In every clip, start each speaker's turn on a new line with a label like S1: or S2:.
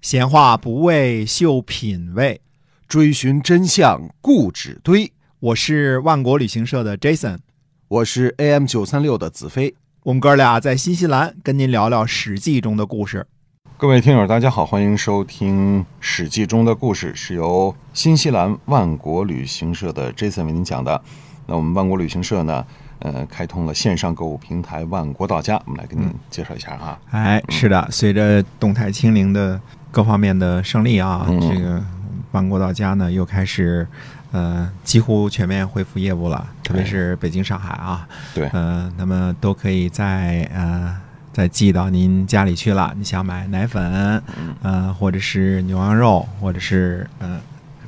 S1: 闲话不为秀品味，
S2: 追寻真相固执堆。
S1: 我是万国旅行社的 Jason，
S2: 我是 AM 九三六的子飞。
S1: 我们哥俩在新西兰跟您聊聊《史记》中的故事。
S2: 各位听友，大家好，欢迎收听《史记》中的故事，是由新西兰万国旅行社的 Jason 为您讲的。那我们万国旅行社呢，呃，开通了线上购物平台万国到家，我们来跟您介绍一下啊。
S1: 哎，是的，随着动态清零的各方面的胜利啊，
S2: 嗯
S1: 这个万国到家呢又开始，呃，几乎全面恢复业务了，特别
S2: 哎
S1: 是北京、上海啊，
S2: 对，
S1: 呃，那么都可以在呃。再寄到您家里去了。你想买奶粉，呃，或者是牛羊肉，或者是呃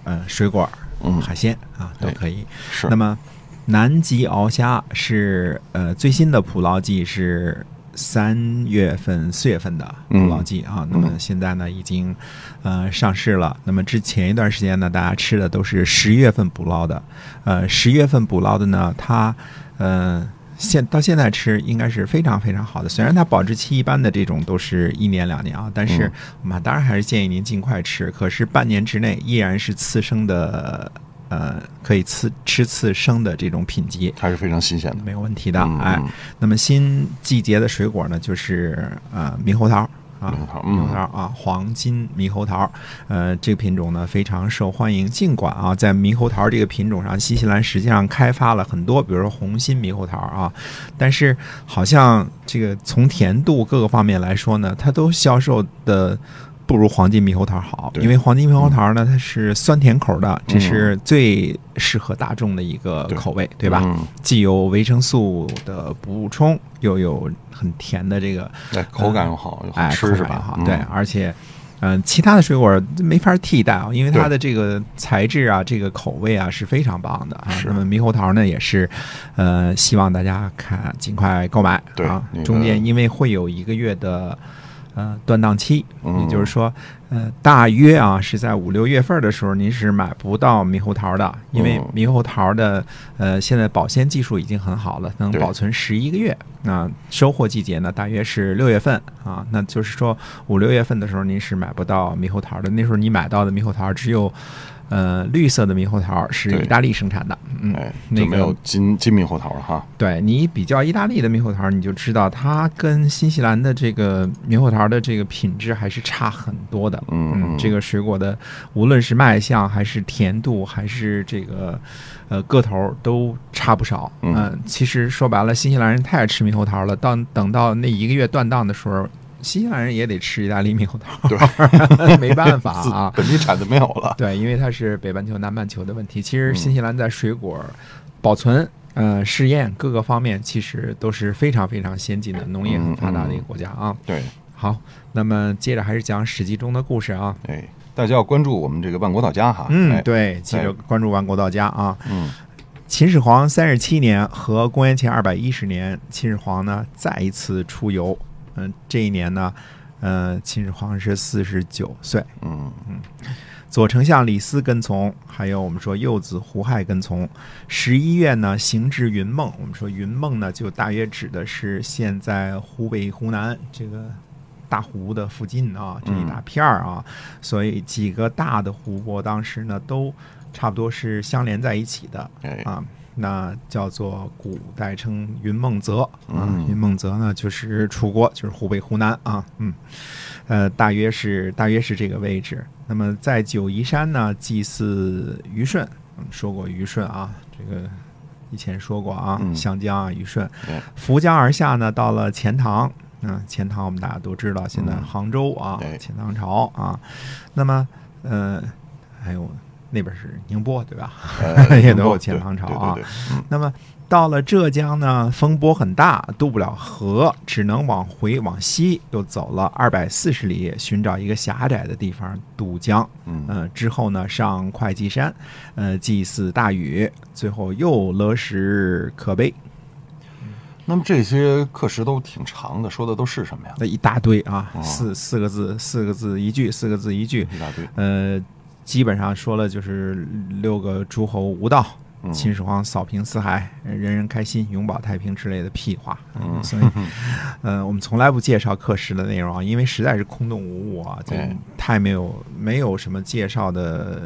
S1: 呃水果、
S2: 嗯，
S1: 海鲜啊，都
S2: 对
S1: 可以。
S2: 是
S1: 那么，南极鳌虾是呃最新的捕捞季是三月份、四月份的
S2: 嗯
S1: 捕捞季啊。那么现在呢，已经呃上市了。那么之前一段时间呢，大家吃的都是十月份捕捞的，呃，十月份捕捞的呢，它呃。现到现在吃应该是非常非常好的，虽然它保质期一般的这种都是一年两年啊，但是
S2: 嗯
S1: 我们当然还是建议您尽快吃。可是半年之内依然是次生的呃，可以吃吃刺生的这种品级，
S2: 还是非常新鲜的。
S1: 没有问题的。
S2: 嗯
S1: 哎
S2: 嗯，
S1: 那么新季节的水果呢，就是呃猕猴桃啊
S2: 猕猴桃，嗯
S1: 猕猴桃啊，黄金猕猴桃，呃，这个品种呢非常受欢迎。尽管啊，在猕猴桃这个品种上，新西兰实际上开发了很多，比如说红心猕猴桃啊，但是好像这个从甜度各个方面来说呢，它都销售的。不如黄金猕猴桃好，
S2: 对嗯
S1: 因为黄金猕猴桃呢，它是酸甜口的，这是最适合大众的一个
S2: 对
S1: 口味，对吧？
S2: 嗯，
S1: 既有维生素的补充，又有很甜的这个
S2: 哎，口感又好，又好
S1: 哎
S2: 吃是
S1: 口感也
S2: 吧
S1: 好？
S2: 嗯
S1: 对，，而且。嗯，其他的水果没法替代啊，因为它的这个材质啊、这个口味啊是非常棒的啊。
S2: 是
S1: 那么猕猴桃呢，也是，呃，希望大家看尽快购买
S2: 对
S1: 啊
S2: 那。个
S1: 中间因为会有一个月的呃断档期，
S2: 嗯
S1: 也就是说，呃，大约啊是在五六月份的时候，您是买不到猕猴桃的，因为
S2: 嗯
S1: 猕猴桃的呃现在保鲜技术已经很好了，能
S2: 对
S1: 保存十一个月。那收获季节呢，大约是六月份啊，那就是说五六月份的时候，您是买不到猕猴桃的。那时候你买到的猕猴桃只有。呃，绿色的猕猴桃是
S2: 对
S1: 意大利生产的，嗯，
S2: 哎，
S1: 那
S2: 就
S1: 个
S2: 没有金金猕猴桃了哈。
S1: 对你比较意大利的猕猴桃，你就知道它跟新西兰的这个猕猴桃的这个品质还是差很多的。
S2: 嗯嗯
S1: 这个水果的无论是卖相，还是甜度，还是这个呃个头儿都差不少。呃
S2: 嗯
S1: 其实说白了，新西兰人太爱吃猕猴桃了，到等到那一个月断档的时候。新西兰人也得吃意大利猕猴桃， 没办法
S2: 自
S1: 啊。
S2: 本地产的没有了。
S1: 对，因为它是北半球、南半球的问题。其实新西兰在水果保存、呃试验各个方面，其实都是非常非常先进的，农业很发达的一个国家啊。
S2: 对，
S1: 好，那么接着还是讲《史记》中的故事啊。
S2: 哎，大家要关注我们这个万国到家哈。
S1: 嗯
S2: 哎，
S1: 对，记着关注万国到家啊。
S2: 嗯，
S1: 秦始皇三十七年和公元前二百一十年，秦始皇呢再一次出游。嗯、这一年呢，呃，秦始皇是四十九岁。
S2: 嗯，
S1: 左丞相李斯跟从，还有我们说幼子胡亥跟从。十一月呢，行至云梦。我们说云梦呢，就大约指的是现在湖北、湖南这个大湖的附近啊，这一大片儿啊。所以几个大的湖泊当时呢，都差不多是相连在一起的
S2: 哎，
S1: 啊。那叫做古代称云梦泽啊
S2: 嗯，
S1: 云梦泽呢就是楚国，就是湖北、湖南啊，嗯。呃，大约是大约是这个位置。那么在九嶷山呢，祭祀虞舜。我们说过虞舜啊，这个以前说过啊，
S2: 嗯
S1: 湘江啊，虞舜
S2: 对。
S1: 扶江而下呢，到了钱塘。嗯，钱塘我们大家都知道，现在
S2: 嗯
S1: 杭州啊，
S2: 对
S1: 钱塘潮啊。那么，呃，还有那边是宁波对吧？
S2: 呃
S1: 也都有钱塘潮
S2: 对
S1: 啊
S2: 对对对，嗯
S1: 那么到了浙江呢，风波很大，渡不了河，只能往回往西又走了二百四十里，寻找一个狭窄的地方渡江。
S2: 嗯，
S1: 呃，之后呢，上会稽山，呃，祭祀大禹，最后又勒什可悲，
S2: 那么这些课时都挺长的，说的都是什么呀？
S1: 那一大堆啊，
S2: 哦
S1: 四四个字，四个字一句，四个字一句，
S2: 一大堆。
S1: 呃，基本上说了就是六个诸侯无道，秦始皇扫平四海，人人开心，永保太平之类的屁话。嗯，所以， 呃，我们从来不介绍课时的内容啊，因为实在是空洞无物啊，这
S2: 哎
S1: 太没有没有什么介绍的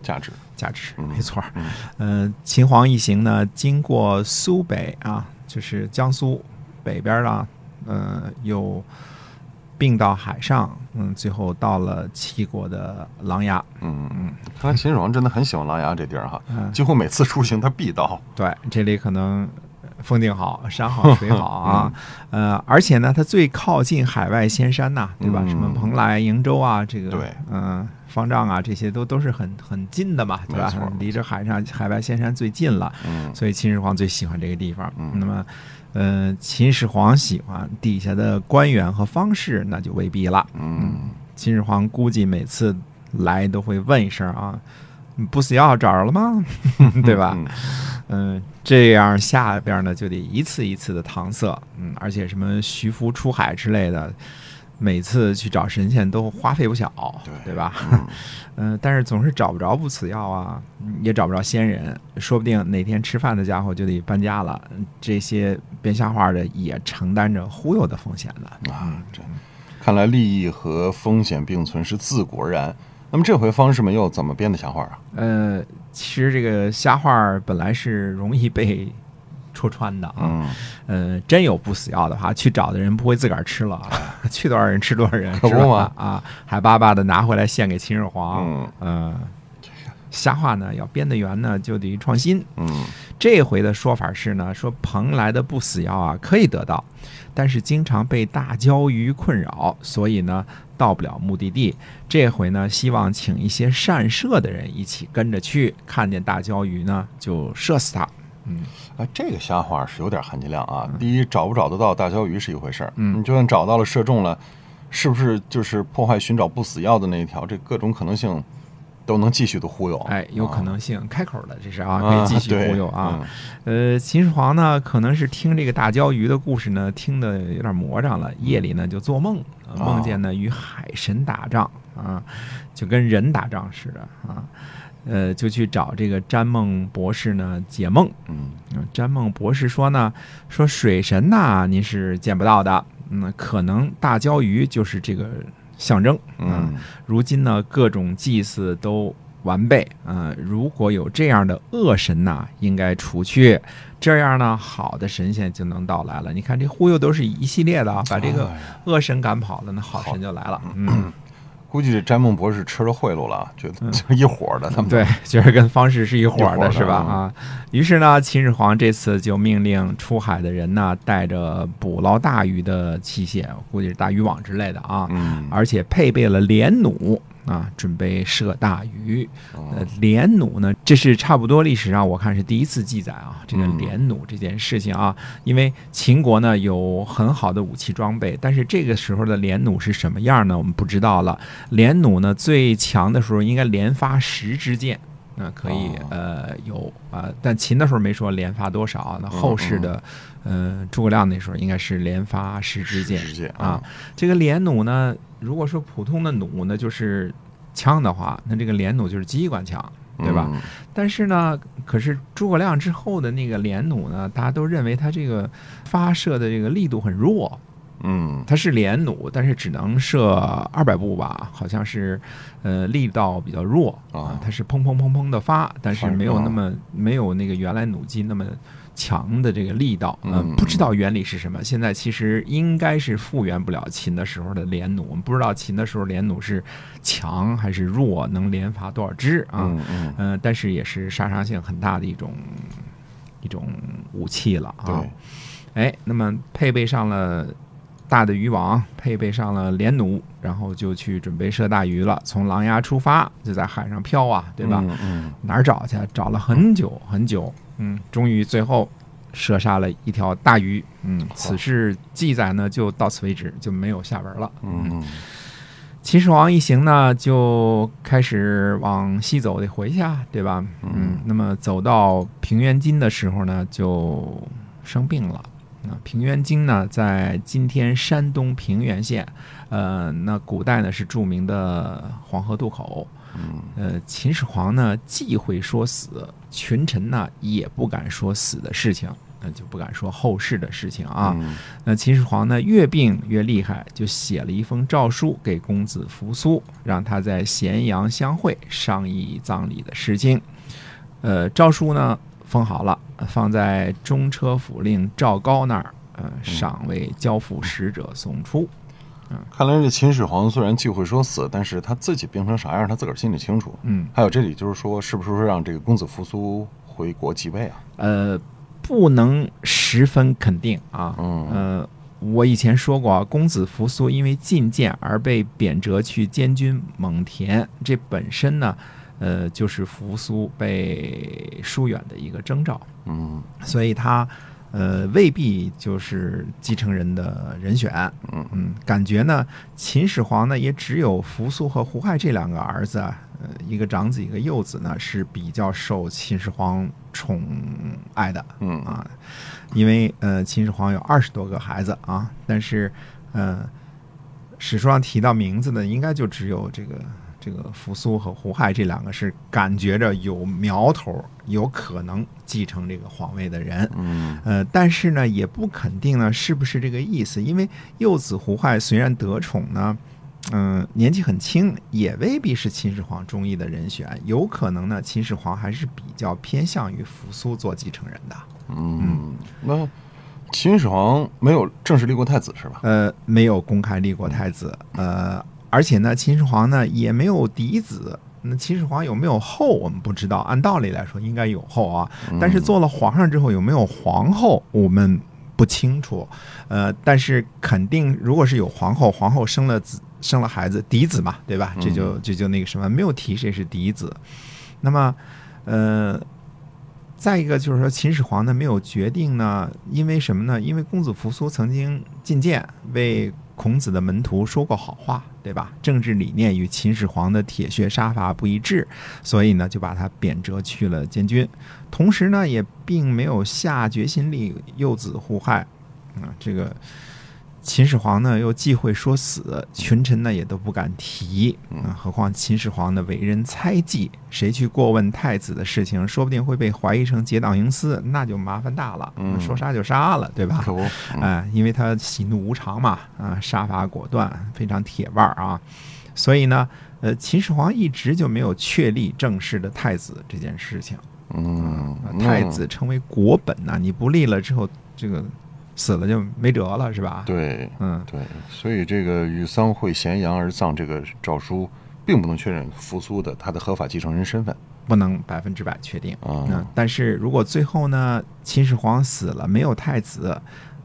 S2: 价值，
S1: 价值，没错儿。嗯，秦皇一行呢，经过苏北啊，就是江苏北边儿啊，呃，又并到海上，嗯，最后到了齐国的琅琊。
S2: 嗯嗯，看来秦始皇真的很喜欢琅琊这地儿哈，
S1: 嗯
S2: 几乎每次出行他必到，
S1: 对，这里可能风景好，山好水好 啊，呃，而且呢，它最靠近海外仙山呐、对吧？
S2: 嗯
S1: 什么蓬莱、瀛洲啊，这个
S2: 对
S1: 嗯、方丈啊，这些都都是很很近的嘛，对吧
S2: 没错？
S1: 离着海上海外仙山最近了，
S2: 嗯
S1: 所以秦始皇最喜欢这个地方。那么。呃，秦始皇喜欢底下的官员和方士，那就未必了。
S2: 嗯
S1: 秦始皇估计每次来都会问一声啊，你不死药找着了吗？ 对吧？
S2: 嗯
S1: 嗯，这样下边呢就得一次一次的搪塞，嗯，而且什么徐福出海之类的，每次去找神仙都花费不小，
S2: 对
S1: 吧？ 嗯、但是总是找不着不死药啊，嗯也找不着仙人，说不定哪天吃饭的家伙就得搬家了。嗯这些编瞎话的也承担着忽悠的风险呢。
S2: 啊，这看来利益和风险并存是自古而然。那么这回方士们又怎么编的瞎话啊？
S1: 呃，其实这个瞎话儿本来是容易被戳穿的啊。
S2: 嗯，
S1: 呃，真有不死药的话，去找的人不会自个儿吃了啊， 去多少人吃多少人，
S2: 嗯可不
S1: 是吧
S2: 嘛
S1: 啊，还巴巴的拿回来献给秦始皇。
S2: 嗯
S1: 呃，瞎话呢，要编得圆呢，就得创新。
S2: 嗯
S1: 这回的说法是呢，说蓬莱的不死药啊可以得到，但是经常被大鲛鱼困扰，所以呢到不了目的地。这回呢，希望请一些善射的人一起跟着去，看见大鲛鱼呢就射死它。
S2: 啊，这个瞎话是有点含金量啊。
S1: 嗯
S2: 第一，找不找得到大鲛鱼是一回事儿，嗯，你就算找到了射中了，是不是就是破坏寻找不死药的那一条？这各种可能性都能继续的忽悠。
S1: 哎，有可
S2: 啊
S1: 能性、开口了，这是啊，可
S2: 啊
S1: 以继续
S2: 对
S1: 忽悠啊。呃，秦始皇呢，可能是听这个大鲛鱼的故事呢，听得有点魔怔了，夜里呢就做梦，呃
S2: 哦
S1: 梦见呢与海神打仗啊，就跟人打仗似的啊。呃，就去找这个詹梦博士呢解梦。
S2: 嗯
S1: 嗯詹梦博士说呢，说水神呐，您是见不到的，嗯，可能大鲛鱼就是这个象征。啊
S2: 嗯
S1: 如今呢，各种祭祀都完备，呃，如果有这样的恶神呐、应该除去，这样呢，好的神仙就能到来了。你看这忽悠都是一系列的啊，把这个
S2: 哎
S1: 恶神赶跑了，那好神就来了。 嗯，
S2: 估计这詹梦博士吃了贿赂了啊，觉得就是一伙儿的，他们
S1: 对， 觉得跟方士是一伙
S2: 一
S1: 儿
S2: 伙儿
S1: 的
S2: 的
S1: 是吧？
S2: 嗯
S1: 啊，于是呢，秦始皇这次就命令出海的人呢，带着捕捞大鱼的器械，我估计是大渔网之类的啊，
S2: 嗯，
S1: 而且配备了连弩啊，准备射大鱼。
S2: 嗯
S1: 呃，连弩呢，这是差不多历史上我看是第一次记载啊，这个
S2: 嗯
S1: 连弩这件事情啊，因为秦国呢有很好的武器装备，但是这个时候的连弩是什么样呢？我们不知道了。连弩呢最强的时候应该连发十支箭。那可以
S2: 哦，
S1: 呃，有啊、但秦的时候没说连发多少，啊那
S2: 嗯
S1: 后世的，呃，诸葛亮那时候应该是连发十支箭，
S2: 直接
S1: 啊，，这个连弩呢，如果说普通的弩呢就是枪的话，那这个连弩就是机关枪，对吧？
S2: 嗯？
S1: 但是呢，可是诸葛亮之后的那个连弩呢，大家都认为它这个发射的这个力度很弱，
S2: 嗯，
S1: 它是连弩，但是只能射二百步吧，好像是，呃，力道比较弱
S2: 哦
S1: 啊，它是砰砰砰砰的发，但是
S2: 反
S1: 没有
S2: 正
S1: 那么没有那个原来弩机那么强的这个力道，呃
S2: 嗯
S1: 不知道原理是什么。现在其实应该是复原不了秦的时候的连弩，我们不知道秦的时候连弩是强还是弱，能连发多少支啊？
S2: 嗯嗯，
S1: 嗯、但是也是杀伤性很大的一种一种武器了啊。
S2: 嗯对，
S1: 哎，那么配备上了大的渔网，配备上了连弩，然后就去准备射大鱼了。从琅琊出发，就在海上漂啊，对吧？
S2: 嗯嗯，
S1: 哪儿找去？啊找了很久很久，嗯，终于最后射杀了一条大鱼。嗯，此事记载呢，就到此为止，就没有下文了。
S2: 嗯
S1: 秦始皇一行呢，就开始往西走，得回去啊，对吧？嗯，那么走到平原津的时候呢，就生病了。那平原京呢，在今天山东平原县，呃，那古代呢是著名的黄河渡口。
S2: 嗯
S1: 呃，秦始皇呢忌讳说死，群臣呢也不敢说死的事情，那就不敢说后世的事情啊。
S2: 嗯
S1: 那秦始皇呢越病越厉害，就写了一封诏书给公子扶苏，让他在咸阳相会，商议葬礼的事情。呃，诏书呢封好了，放在中车府令赵高那儿，呃，尚未交付使者送出。
S2: 看来这秦始皇虽然忌讳说死，但是他自己病成啥样，他自个儿心里清楚。
S1: 嗯，
S2: 还有这里就是说，是不是说让这个公子扶苏回国即位啊？
S1: 呃，不能十分肯定啊。
S2: 嗯
S1: 呃，我以前说过啊，公子扶苏因为进谏而被贬谪去监军蒙恬，这本身呢，呃，就是扶苏被疏远的一个征兆，
S2: 嗯
S1: 所以他呃未必就是继承人的人选。
S2: 嗯
S1: 嗯，感觉呢，秦始皇呢也只有扶苏和胡亥这两个儿子啊，呃，一个长子一个幼子呢是比较受秦始皇宠爱的。
S2: 嗯
S1: 啊，因为呃，秦始皇有二十多个孩子啊，但是呃，史书上提到名字的，应该就只有这个这个扶苏和胡亥这两个是感觉着有苗头，有可能继承这个皇位的人。
S2: 嗯
S1: 呃，但是呢，也不肯定呢是不是这个意思，因为幼子胡亥虽然得宠呢，嗯、年纪很轻，也未必是秦始皇中意的人选，有可能呢，秦始皇还是比较偏向于扶苏做继承人的。
S2: 嗯，那秦始皇没有正式立过太子是吧？
S1: 呃，没有公开立过太子，呃，而且呢，秦始皇呢也没有嫡子。那秦始皇有没有后，我们不知道。按道理来说，应该有后啊，但是做了皇上之后有没有皇后，我们不清楚。呃，但是肯定，如果是有皇后，皇后生了子，生了孩子，嫡子嘛，对吧？这就这就那个什么，没有提谁是嫡子。那么，呃，再一个就是说，秦始皇呢没有决定呢，因为什么呢？因为公子扶苏曾经进谏，为孔子的门徒说过好话，对吧？政治理念与秦始皇的铁血杀伐不一致，所以呢就把他贬谪去了监军。同时呢，也并没有下决心立幼子胡亥啊、这个。秦始皇呢又忌讳说死，群臣呢也都不敢提啊、何况秦始皇呢为人猜忌，谁去过问太子的事情，说不定会被怀疑成结党营私，那就麻烦大了。
S2: 嗯
S1: 说杀就杀了，对吧？
S2: 可不，嗯
S1: 哎，因为他喜怒无常嘛，啊，杀伐果断，非常铁腕儿啊，所以呢，呃，秦始皇一直就没有确立正式的太子这件事情。
S2: 嗯
S1: 啊，
S2: 那
S1: 太子成为国本呐、你不立了之后，这个死了就没辙了，是吧？，
S2: 对
S1: 嗯，
S2: 对，所以这个与丧会咸阳而葬这个诏书，并不能确认扶苏的他的合法继承人身份
S1: 不能百分之百确定。
S2: 啊。
S1: 嗯，但是如果最后呢，秦始皇死了，没有太子，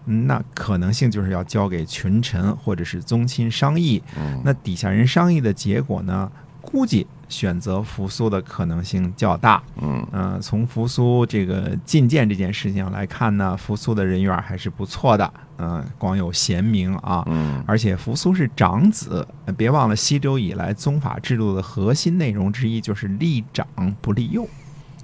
S1: 嗯那可能性就是要交给群臣或者是宗亲商议。
S2: 嗯
S1: 那底下人商议的结果呢，估计选择扶苏的可能性较大。
S2: 嗯
S1: 嗯，从扶苏这个进谏这件事情来看呢，扶苏的人缘还是不错的。嗯、光有贤名啊，
S2: 嗯
S1: 而且扶苏是长子，呃别忘了西周以来宗法制度的核心内容之一就是立长不立幼。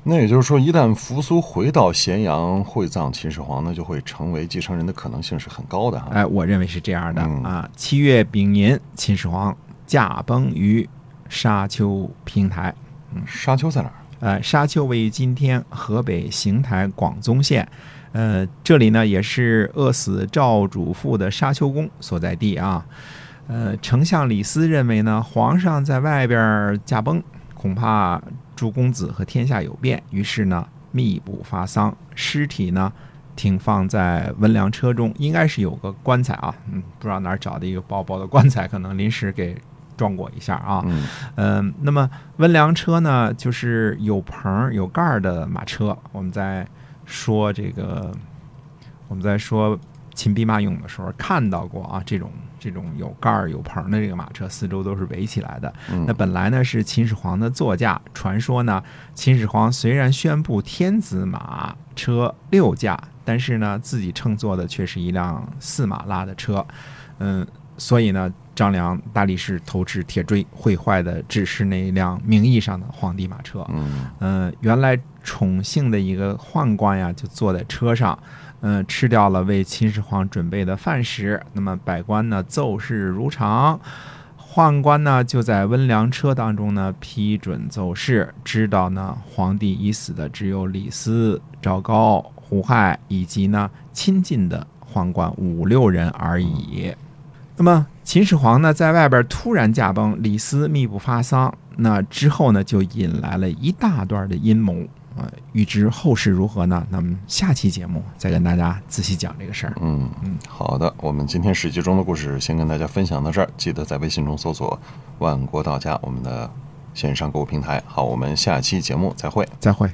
S2: 那也就是说，一旦扶苏回到咸阳会葬秦始皇，那就会成为继承人的可能性是很高的啊哈。
S1: 哎，我认为是这样的
S2: 嗯
S1: 啊。七月丙寅，秦始皇驾崩于沙丘平台。嗯
S2: 沙丘在哪儿？
S1: 呃，沙丘位于今天河北邢台广宗县，呃，这里呢也是饿死赵主父的沙丘宫所在地啊。呃，丞相李斯认为呢，皇上在外边儿驾崩，恐怕诸公子和天下有变，于是呢密不发丧，尸体呢停放在温粮车中，应该是有个棺材啊，嗯，不知道哪儿找的一个薄薄的棺材，可能临时给装裹一下啊。
S2: 嗯
S1: 嗯，那么温粮车呢，就是有棚儿有盖儿的马车。我们在说这个，我们在说秦兵马俑的时候看到过啊，这种这种有盖儿有棚儿的这个马车，四周都是围起来的。
S2: 嗯
S1: 那本来呢是秦始皇的座驾，传说呢秦始皇虽然宣布天子马车六驾，但是呢自己乘坐的却是一辆四马拉的车，嗯，所以呢张良大力士投掷铁锥，毁坏的只是那一辆名义上的皇帝马车。
S2: 嗯
S1: 呃嗯、原来宠幸的一个宦官呀，就坐在车上，嗯、呃，吃掉了为秦始皇准备的饭食。那么百官呢奏事如常，宦官呢就在温良车当中呢批准奏事，知道呢皇帝已死的只有李斯、赵高、胡亥以及呢亲近的宦官五六人而已。那么秦始皇呢，在外边突然驾崩，李斯密不发丧，那之后呢，就引来了一大段的阴谋啊、呃。预知后事如何呢？那么下期节目再跟大家仔细讲这个事儿。
S2: 嗯嗯，好的，我们今天《史记》中的故事先跟大家分享到这儿，记得在微信中搜索“万国道家”我们的线上购物平台。好，我们下期节目再会，
S1: 再会。